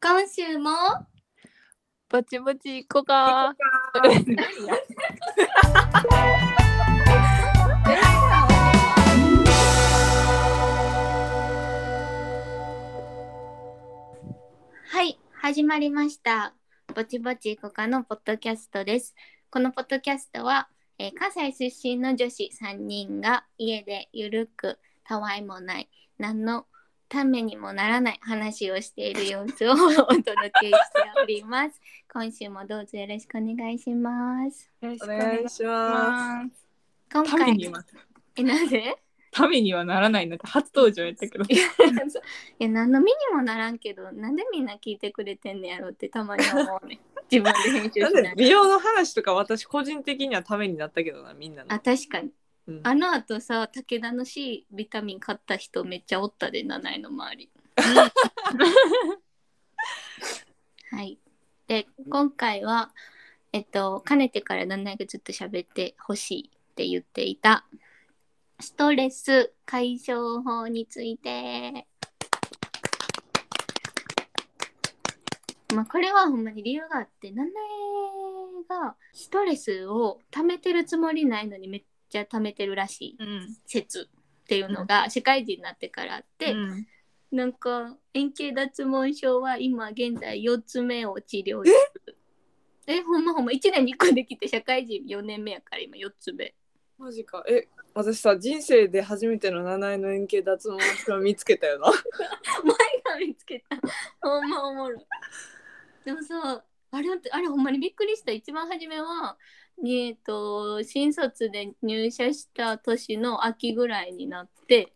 今週もぼちぼち行こうか。はい始まりましたぼちぼちこかのポッドキャストですこのポッドキャストは、えー関西出身の女子3人が家でゆるくたわいもない何のためにもならない話をしている様子をお届けしております今週もどうぞよろしくお願いしますよろしくおお願い願しいしまます。今す。ため回には、えな ぜためにはならないなんて初登場やったけど。いや何の身にもならんけどなんでみんな聞いてくれてんねやろってたまに思 うね自分で編集なんしなでい美容の話とか私個人的にはためになったけどな、みんなのあ。確かにうんあのあとさ武田の C ビタミン買った人めっちゃおったで7位の周りはいで今回はえっとかねてから何々がずっと喋ってほしいって言っていたストレス解消法についてまあこれはほんまに理由があって七重がストレスを溜めてるつもりないのにめっちゃ溜めてるらしいうん。説っていうのが社会人になってからあって、うんなんか円形脱毛症は今現在4つ目を治療中えほんまほんま1年に1個できて社会人4年目やから今4つ目マジか。え、私さ、人生で初めての七重の円形脱毛症見つけたよな。前が見つけたほんまおもろいでもさあれあれほんまにびっくりした一番初めはにえっと新卒で入社した年の秋ぐらいになって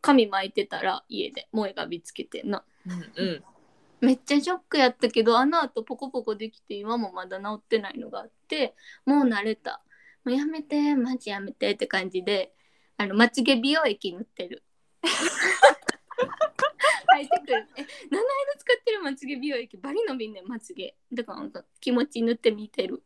髪巻いてたら家で萌えが見つけてんなうん。めっちゃショックやったけどあのあとポコポコできて今もまだ治ってないのがあってもう慣れたもうやめてマジやめてって感じであのまつげ美容液塗ってる入ってくるえ七重の使ってるまつげ美容液バリ伸びんねんまつげだからなんか気持ち塗ってみてる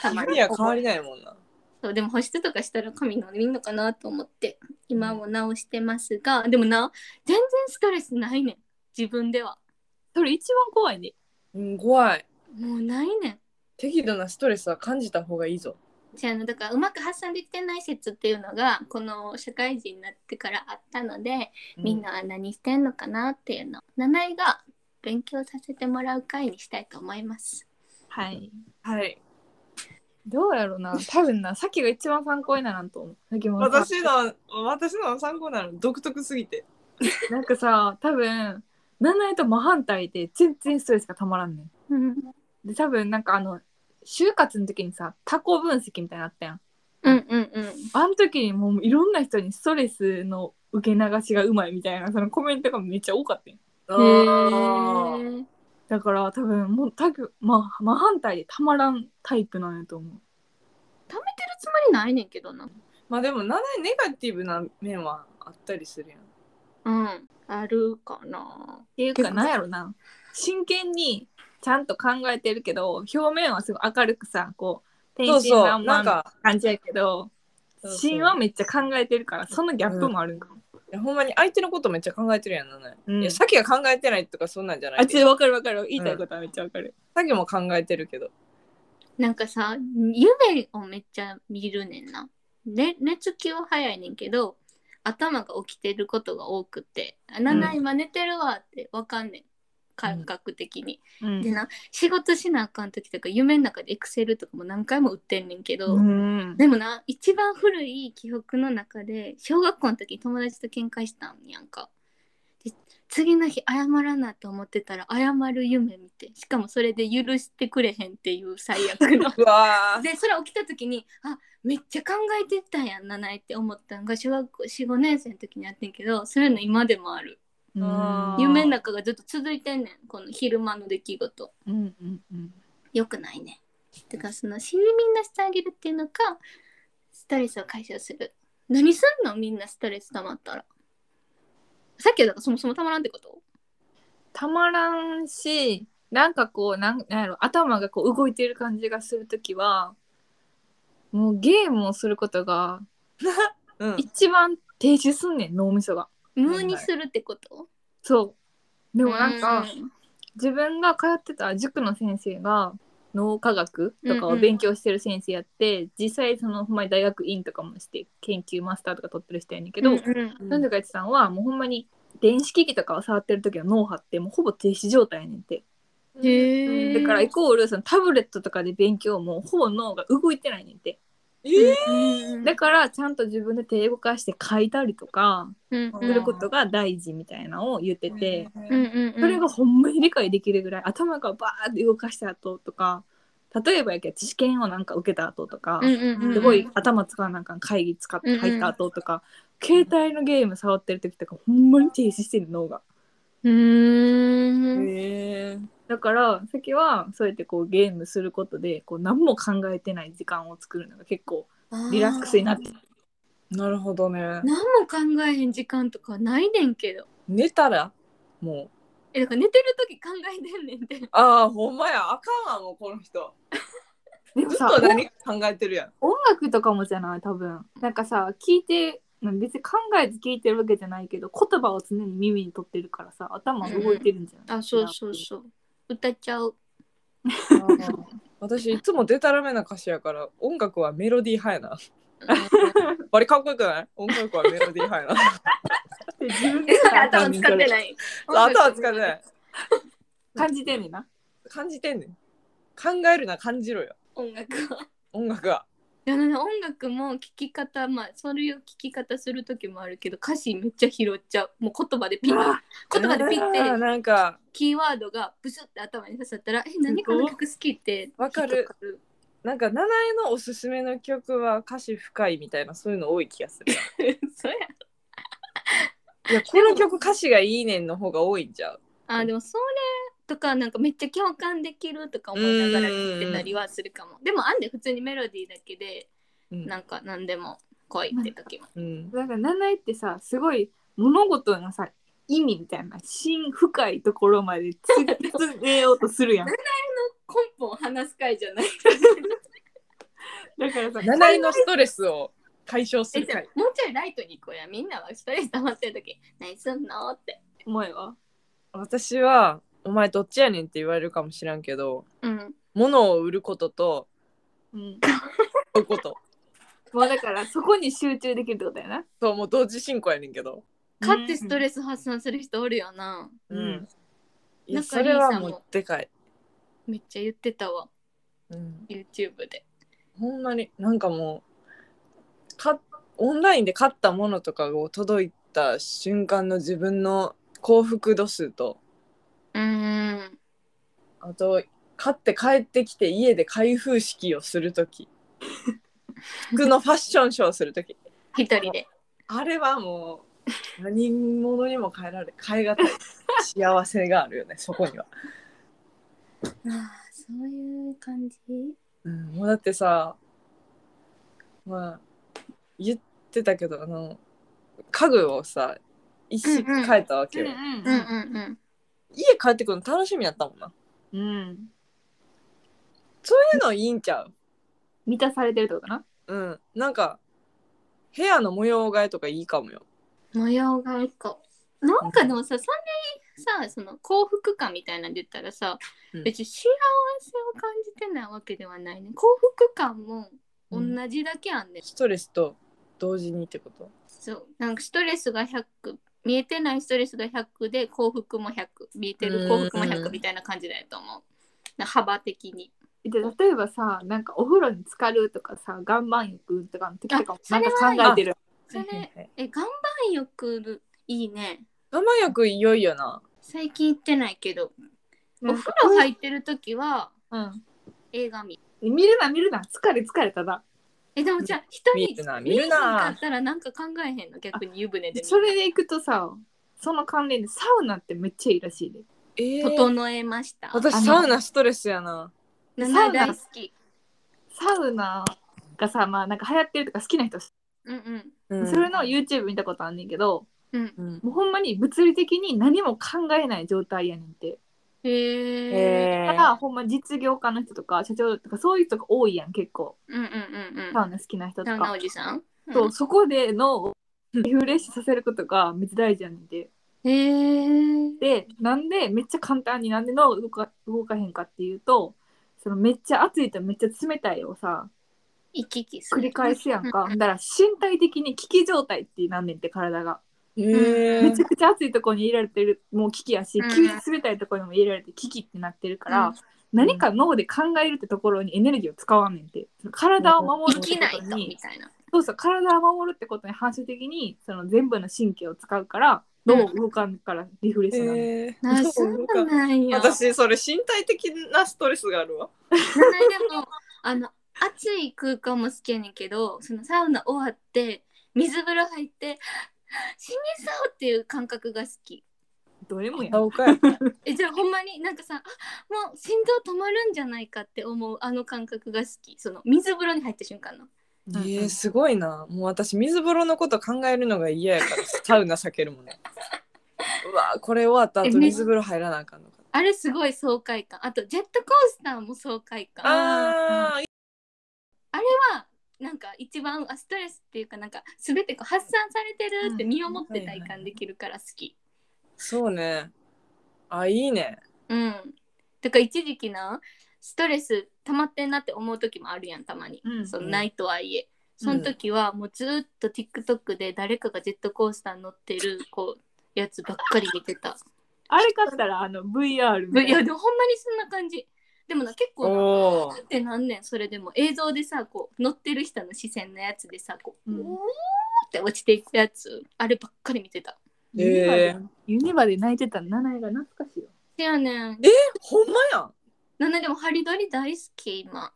たまに意味は変わりないもんな。そうでも保湿とかしたら髪伸びんのかなと思って今も直してますがでもな全然ストレスないねん自分ではそれ一番怖いね。うん、怖い。もうないねん適度なストレスは感じた方がいいぞ。じゃあのだからうまく発散できてない説っていうのがこの社会人になってからあったので、うみん。なは何してんのかなっていうの名前が勉強させてもらう会にしたいと思います。はい。はい。どうやろう な。多分な、さっきが一番参考にならんと思う。さっきもさ私の、私の参考なの独特すぎて。なんかさ、多分七重と真反対で全然ストレスがたまらんねん。うん、で、多分なんかあの、就活の時にさ、タコ分析みたいなのあったやん。うんうんうんあの時にもういろんな人にストレスの受け流しがうまいみたいな、そのコメントがめっちゃ多かったやん。あへーーだから多分もうたく、まあ、真反対でたまらんタイプなんやと思う。溜めてるつもりないねんけどな。まあでも、七重ネガティブな面はあったりするやん。うん、あるかな。っていう結構かなんやろな真剣にちゃんと考えてるけど表面はすごい明るくさこう天そう真そう、爛な漫なんか、感じやけどそうそう芯はめっちゃ考えてるからそのギャップもあるんかも。いやほんまに相手のことめっちゃ考えてるやんな、うんいやさっきが考えてないとかそんなんじゃなあいちょっでとわかるわかる言いたいことはめっちゃわかる。さっきも考えてるけどなんかさ夢をめっちゃ見るねんな。ね、寝つきは早いねんけど頭が起きてることが多くて「あなな今寝てるわ」ってわかんねん感覚的に。うんでな仕事しなあかん時とか夢の中でエクセルとかも何回も打ってんねんけど、うんでもな一番古い記憶の中で小学校の時に友達と喧嘩したんやんか。で次の日謝らなと思ってたら謝る夢見てしかもそれで許してくれへんっていう最悪 のうわーでそれ起きた時にあめっちゃ考えてたんやんなないって思ったんが小学校45年生の時にやってんけどそういうの今でもあるうんあー夢の中がずっと続いてんねんこの昼間の出来事うんうんうんよくないねてかその睡眠なしてあげるっていうのかストレスを解消する何すんのみんなストレス溜まったらさっきはだからそもそも溜まらんってことたまらんしなんかこうなんなんやろ頭がこう動いてる感じがするときはもうゲームをすることがうん一番停止すんねん脳みそが。無にするってこと、そうでもなんか、うん自分が通ってた塾の先生が脳科学とかうんうをん勉強してる先生やって、実際そのほんまに大学院とかもして研究マスターとか取ってる人やねんけど、うんなんでかやってたんはもうほんまに電子機器とかを触ってる時の脳波ってもうほぼ停止状態やねんてへーだからイコールそのタブレットとかで勉強もほぼ脳が動いてないねんてえうんだからちゃんと自分で手動かして書いたりとかうんすることが大事みたいなのを言ってて、うんうんうんそれがほんまに理解できるぐらい頭がバーって動かした後とか例えばやけど試験をなんか受けた後とか、うんうんうんすごい頭使わなんかん会議使って入った後とか、携帯のゲーム触ってる時とかほんまに停止してる脳がうーんえだから先はそうやってこうゲームすることでこう何も考えてない時間を作るのが結構リラックスになってなるほどね何も考えへん時間とかないねんけど寝たらもうえだから寝てる時考えてんねんてああほんまやあかんわもうこの人でもずっさと何考えてるやん音楽とかもじゃない多分なんかさ聞いてうん別に考えず聞いてるわけじゃないけど言葉を常に耳に取ってるからさ頭動いてるんじゃない、あそうそうそう歌っちゃう 私いつもデタラメな歌詞やから音楽はメロディー派やなあれかっこよくない音楽はメロディー派やな で自分でえ それ頭使ってない頭使ってない感じてんねんな感じてんねん考えるな感じろよ音楽は音楽はいやなんか音楽も聞き方まあそういう聞き方する時もあるけど歌詞めっちゃ拾っちゃうもう言葉でピン言葉でピンってあーなんかキーワードがブスって頭に刺さったら「え何この曲好き?」ってわかるなんか七重のおすすめの曲は歌詞深いみたいなそういうの多い気がするな そうやいやこの曲歌詞がいいねんの方が多いんじゃうあでもそれとかなんかめっちゃ共感できるとか思いながら聴いてたりはするかもでもあんで普通にメロディーだけでうんなんか何でも来いって時もうんだから七重ってさすごい物事のさ意味みたいな深深いところまでつつめようとする やんだ根本話す会じゃないからさ七重のストレスを解消すえるじゃあもうちょいライトに行こうやみんなはストレス溜まってる時「何すんの?」って思えは私はお前どっちやねんって言われるかもしらんけどうん物を売ることとうん買うこともうだからそこに集中できるってことやなそうもう同時進行やねんけど勝ってストレス発散する人おるよなうんいなやんかそれはリーさもんうもでかい、めっちゃ言ってたわうん、 YouTube でほんまになんかもうかオンラインで買ったものとかを届いた瞬間の自分の幸福度数とうーんあと買って帰ってきて家で開封式をする時服のファッションショーをする時一人であれはもう何物にも変えられ変えがたい幸せがあるよねそこには、ああそういう感じうん、もうだってさまあ言ってたけどあの家具をさ一式変えたわけよ、うんうんうん家帰ってくるの楽しみやったもんなうん、うん、そういうのいいんちゃう満たされてるってことなうんなんか部屋の模様替えとかいいかもよ模様替えかなんかでもさそんなにさその幸福感みたいなんで言ったらさ、うん別に幸せを感じてないわけではないね幸福感も同じだけあんね、ストレスと同時にってことそうなんかストレスが100見えてないストレスが100で幸福も100見えてる幸福もうんう100んみたいな感じだと思うな幅的にで例えばさなんかお風呂に浸かるとかさ岩盤浴とかの時とかもあそなんれかは考えてるそはいはいれはいえ岩盤浴いいね我慢薬いよいよな最近行ってないけどお風う呂ん入ってる時は映画見見るな見るな疲れ疲れただえでもじゃあ一人見るな見るな見えへんかったらなんか考えへんの逆に湯船でそれで行くとさその関連でサウナってめっちゃいいらしいでえー、整えました。あの私サウナストレスやな名サ前ウナ大好き。サウナがさまあなんか流行ってるとか好きな人、うんうんうんそれの YouTube 見たことあんねんけどうん。うんもうほんまに物理的に何も考えない状態やねんてへえ。だからほんま実業家の人とか社長とかそういう人が多いやん結構うんうんうんうん。サウナ好きな人とサウかナおじさん。そうそこで脳をリフレッシュさせることがめっちゃ大事やねんてうんへえ。でなんでめっちゃ簡単になんで脳動か動かへんかっていうとそのめっちゃ熱いとめっちゃ冷たいをさ行き来す繰る。り返すやんかだから身体的に危機状態ってなんねんって体がえめちゃくちゃ暑いところに入れられてるもう危機やしうん急に冷たいところにも入れられて危機ってなってるから、うん何か脳で考えるってところにエネルギーを使わんねんってその体を守る生きってこないととみにたいな。そうそう体を守るってことに反射的にその全部の神経を使うからうん脳を動かんからリフレッシュなの、えなーそうなんや。私それ身体的なストレスがあるわ。ないでもあの暑い空間も好きやねんけどそのサウナ終わって水風呂入って死にそうっていう感覚が好きどれもやんお かや。えじゃあほんまになんかさあもう心臓止まるんじゃないかって思うあの感覚が好きその水風呂に入った瞬間のえー、すごいな。もう私水風呂のこと考えるのが嫌やからサウナ避けるもんね。 うわこれ終わった後水風呂入らなあかんのか。あれすごい爽快感あとジェットコースターも爽快感あああなんか一番あストレスっていうかなんか全てこう発散されてるって身をもって体感できるから好き。そうね。あいいね。うん。だから一時期なストレス溜まってんなって思う時もあるやんたまに、うんそのうんないとはいえその時はもうずーっと TikTok で誰かがジェットコースター乗ってるこうやつばっかり見てたあれ買ったらあの VR いやでもほんまにそんな感じでもな結お構なおー。ってなんねんそれでも映像でさこう乗ってる人の視線のやつでさこう、うんうーって落ちていくやつあればっかり見てたユニバでえユニバで泣いてたナナエが懐かしいよせやねんえほんまやん。なんででもハリドリ大好き今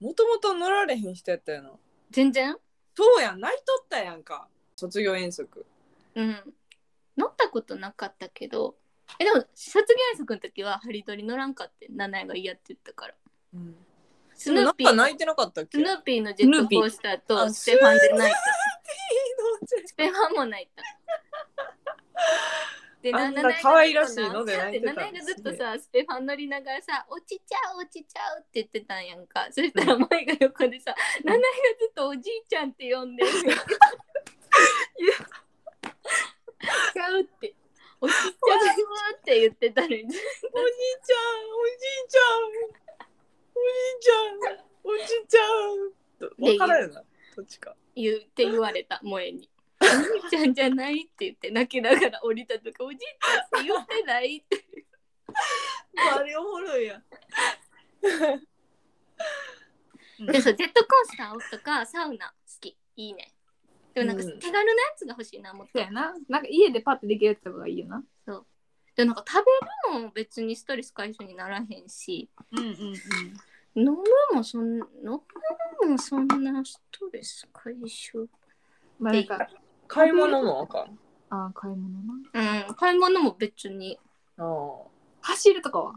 もともと乗られへん人やったよな。全然そうやん泣いとったやんか。卒業遠足。うん乗ったことなかったけどえでも卒業遠足の時はハリドリ乗らんかってナナエが嫌って言ったからうん。スでもヌなーんピーか泣いてなかったっけ？スヌーピーのジェットコースターとステファンで泣いたステファンも泣いたであんなナナエが可愛らしいので泣いてたナナエがずっとさステファン乗りながらさ「落ちちゃう落ちちゃう」って言ってたんやんかそしたら前が横でさナナエがずっと「おじいちゃん」って呼んでるいやちゃうって「落ちちゃう」って言ってたのにおじいちゃん、おじいちゃん、おじいちゃん、おじいちゃん。わからんよな、どっちか。言うって言われた萌えに「おじいちゃんじゃない」って言って泣きながら降りたとか「おじいちゃんって言ってない」ってあれおもろいや。でそうジェットコースターとかサウナ好きいいねでもなんかうん手軽なやつが欲しいな思っそうて、やななんか家でパッてできるやつとかがいいよなでもなんか食べるのも別にストレス解消にならへんしうんうんうん飲むもそん飲むもそんなストレス解消まあなんか買い物もあかん。あー買い物なうん買い物も別にあ走るとかは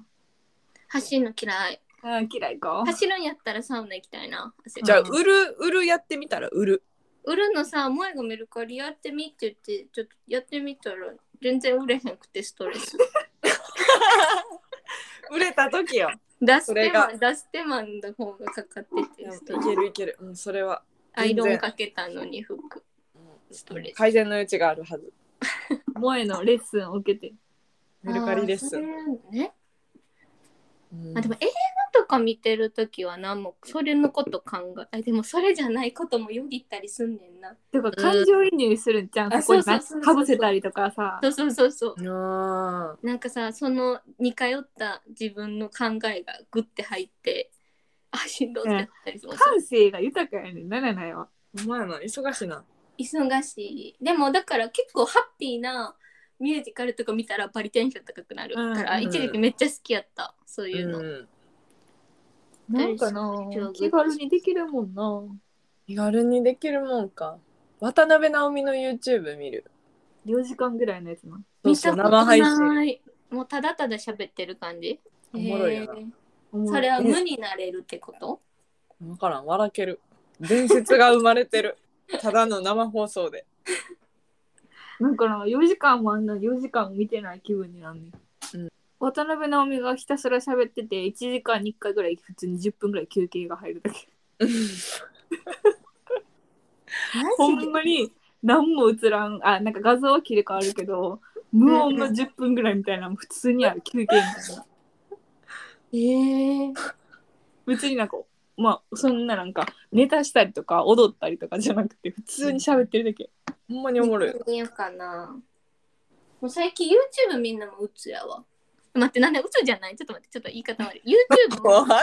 走るの嫌いあー嫌いか走るんやったらサウナ行きたいなあじゃあ、うん売る、売るやってみたら、売る。売るのさ萌えがメルカリやってみって言ってちょっとやってみたら全然売れへんくてストレス売れた時よ。出すそ手れ間が出す手間の方がかかっていてやいストレスけるいける。うん、それは。アイロン全然かけたのに服ストレス改善の余地があるはず。萌えのレッスンを受けてメルカリです。あーそれねうんあでも映画とか見てる時はなもうそれのこと考えあでもそれじゃないこともよぎったりすんねんなてか感情移入するんじゃん、あそこにそうなそうそうそうかぶせたりとかさそうそうそうそうあーなんかさその似通った自分の考えがグッて入ってあしんどってなったりする、感性が豊かやねんならないわほんまやな、忙しいな。忙しいでもだから結構ハッピーなミュージカルとか見たらバリテンション高くなるから、うんうん一時期めっちゃ好きやったそういうの、うんなんかなうん気軽にできるもんな気軽にできるもんか。渡辺直美の YouTube 見る。 4時間ぐらいのやつなそう見そたうこ生と配信。ないもうただただ喋ってる感じおもろいよなへーおもろいそれは無になれるってこと分からん笑ける伝説が生まれ てるただの生放送でなんかな4時間もあんな4時間見てない気分になんね、うん、渡辺直美がひたすら喋ってて1時間に1回ぐらい普通に10分ぐらい休憩が入るだけほんまに何も映らんあなんか画像は切り替わるけど無音の10分ぐらいみたいなのも普通にある休憩みたいなえー、別になんかまあそんななんかネタしたりとか踊ったりとかじゃなくて普通に喋ってるだけほんまにおもろい。 見ようかな。もう最近 YouTube みんなもうつやわ。待って、なんでうつじゃないちょっと待って、ちょっと言い方悪い。YouTube わも、か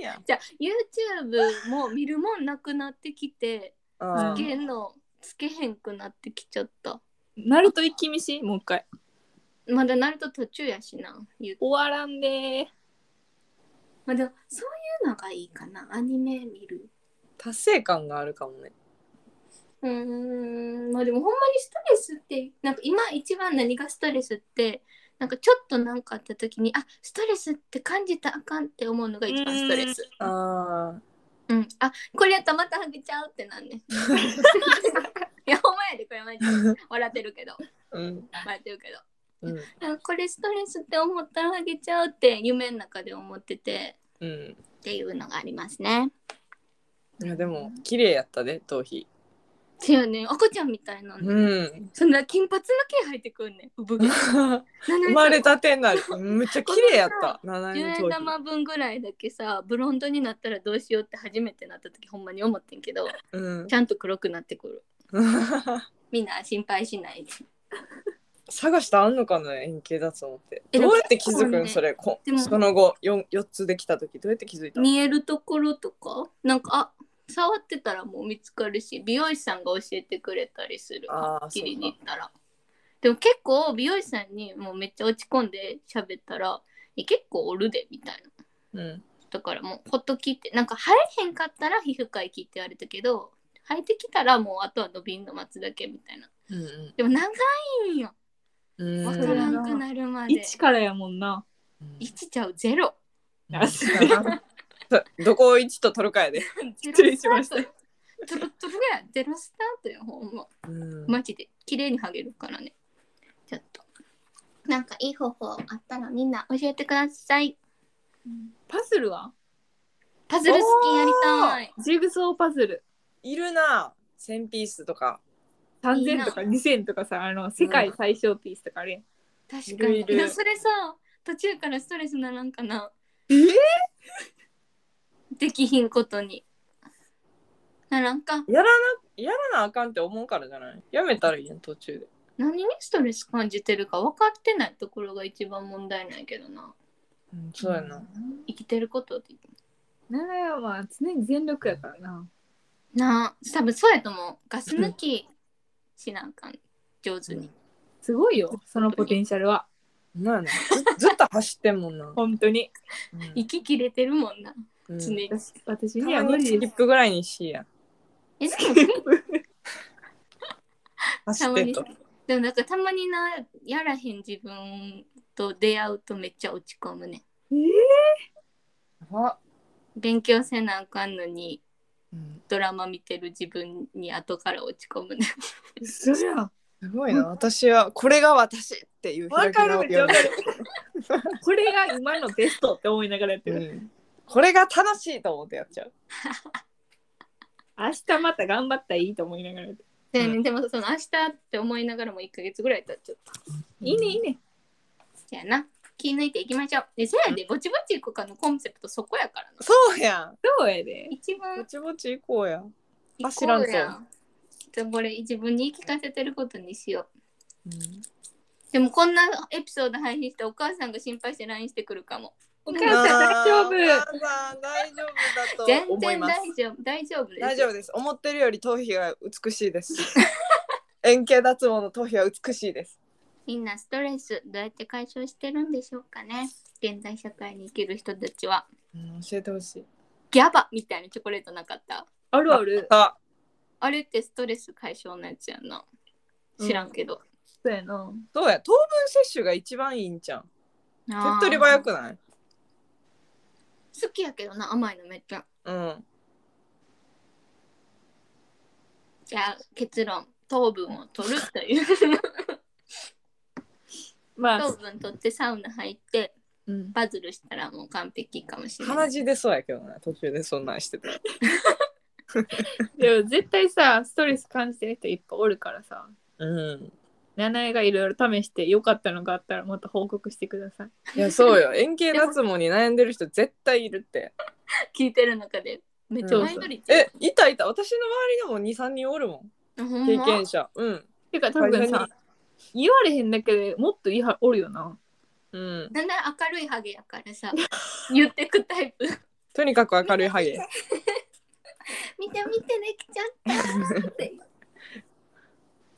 んやん。じゃあ YouTube も見るもんなくなってきて、あつけんの、つけへんくなってきちゃった。ナルト一気見しもう一回まだなると途中やしな。言う終わらんでーまあ、でもそういうのがいいかな。アニメ見る。達成感があるかもね。うーんまあでもほんまにストレスってなんか今一番何がストレスってなんかちょっとなんかあった時にあストレスって感じたらあかんって思うのが一番ストレスああ。うん、あこれやったらまたハグちゃうってなんねいやほんまやでこれマジで笑ってるけどうん。笑ってるけどうん。あこれストレスって思ったらハグちゃうって夢の中で思っててうん。っていうのがありますねいや、でも、綺麗やったで、頭皮。ていうね赤ちゃんみたいなの、うん。 そんな金髪の毛生えてくんねん産毛生生まれたてなる。むっちゃ綺麗やった。七10重円の頭玉分ぐらいだけさブロンドになったらどうしようって初めてなった時ほんまに思ってんけど皮。うん ち。ゃんと黒くなってくるみんな心配しないで探したらあんのかな円形だと思って。えでどもうやって気づくん、そうねそれこでもその後よん四つできた時どうやって気づいたの見えるところとかなんかあ触ってたらもう見つかるし美容師さんが教えてくれたりするあーはっきりに言ったらでも結構美容師さんにもうめっちゃ落ち込んで喋ったらえ結構おるでみたいなうん。だからもうほっと切ってなんか生えへんかったら皮膚科行きって言われたけど生えてきたらもうあとは伸びんの待つだけみたいなうんでも長いんようん。わわからんくなるまで一からやもんな1ちゃうゼロあすごいどこを一と取るかやで。失失礼しましたトゥルトゥルやゼロスタートよほんまうんマジで綺麗に剥げるからねちょっとなんかいい方法あったらみんな教えてくださいパズルはパズル好きやりたいジグソーパズルいるな。千ピースとか。いいな3000とか2000とかさあの世界最小ピースとかあれやん確かにいるいるいやそれさ途中からストレスならんかなえできひんことにならんかやらなやらなあかんって思うからじゃない。やめたらいいやん途中で。何にストレス感じてるか分かってないところが一番問題ないけどなうん、そうやな。生きてることって長屋は常に全力やからななあ多分そうやと思うガス抜きしなんかん上手に、すごいよそのポテンシャルはまあな。ず ずっと走ってんもんな。本当にうん息切れてるもんなうん常に、私私たにまは無にス理キでップぐらいにしや。えでも走たっまてにと。でもなんかたまになやらへん自分と出会うとめっちゃ落ち込むねすあ、勉強せなあかんのにうん、ドラマ見てる自分に後から落ち込むねえそりゃすごいな。私はこれが私っていう開わきかる直めっりちをゃわかるこれが今のベストって思いながらやってる、うんこれが正しいと思ってやっちゃう。明日また頑張ったらいいと思いながらやってるで,、 でもその明日って思いながらも1ヶ月ぐらい経っちゃったいいねいいねじゃあな気抜いていきましょうでそやでぼちぼちいこうかのコンセプトそこやからなそうやそうやで一ん。ぼ番ちぼち行こうや。行走こらんうとやんじゃあこれ自分に言い聞かせてることにしよううんでもこんなエピソード配信してお母さんが心配して LINE してくるかも。おお母母さん大丈夫あーお母さん大丈夫だと全思い然ま大す。丈夫。大丈夫です。大丈夫です。思ってるより頭皮が美しいです。 円形脱毛の頭皮は美しいです。みんなストレスどうやって解消してるんでしょうかね。現代社会に生きる人たちは。うん、教えてほしい。ギャバみたいなチョコレートなかったあるあるあ、あれってストレス解消のやつやんな。知らんけど。そうやなそうや。糖分摂取が一番いいんじゃん。手あーっ取り早くない好きやけどな、甘いのめっちゃ。うん。じゃあ結論。糖分を取るという。ま糖あ分取ってサウナ入ってうん、バズルしたらもう完璧かもしれな鼻い。血出そうやけどな、途中でそんなんしてたら。でも絶対さストレス感じてる人いっぱいおるからさうん。七重がいろいろ試して良かったのがあったらまた報告してください。いやそうよ円形脱毛に悩んでる人絶対いるって聞いてる中でめっちゃマイノリティえいたいた私の周りにも23人おるもほんん経ま験者うんてか多分さ言われへんだけでもっといいはおるよな。うんだんだん明るいハゲやからさ 言ってくタイプ とにかく明るいハゲ見て見てできちゃったって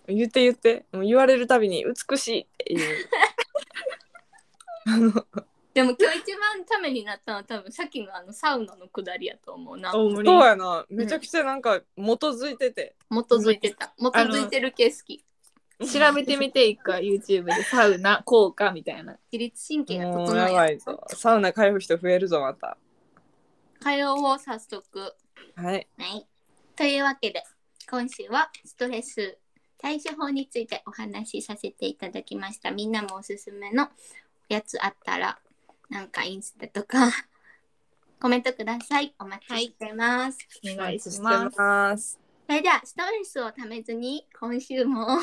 言って言ってもう言われるたびに美しいっていうあのでも今日一番ためになったのは多分さっきのあのサウナのくだりやと思うな基大 そ森うやなめちゃくちゃなんか基づいてて、づいてた基づいてる系好き調べてみて一回 YouTube でサウナ効果みたいな。自律神経がも整うえやばいぞサウナ通う人増えるぞまた会話を早速はいはいというわけで今週はストレス対処法についてお話しさせていただきましたみんなもおすすめのやつあったらなんかインスタとか コメントくださいお待ちしてます、お願いししてます。ますそれではストレスをためずに今週も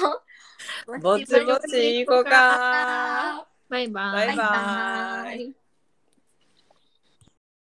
ぼちぼち行こうかバイバイ。バイバイバイ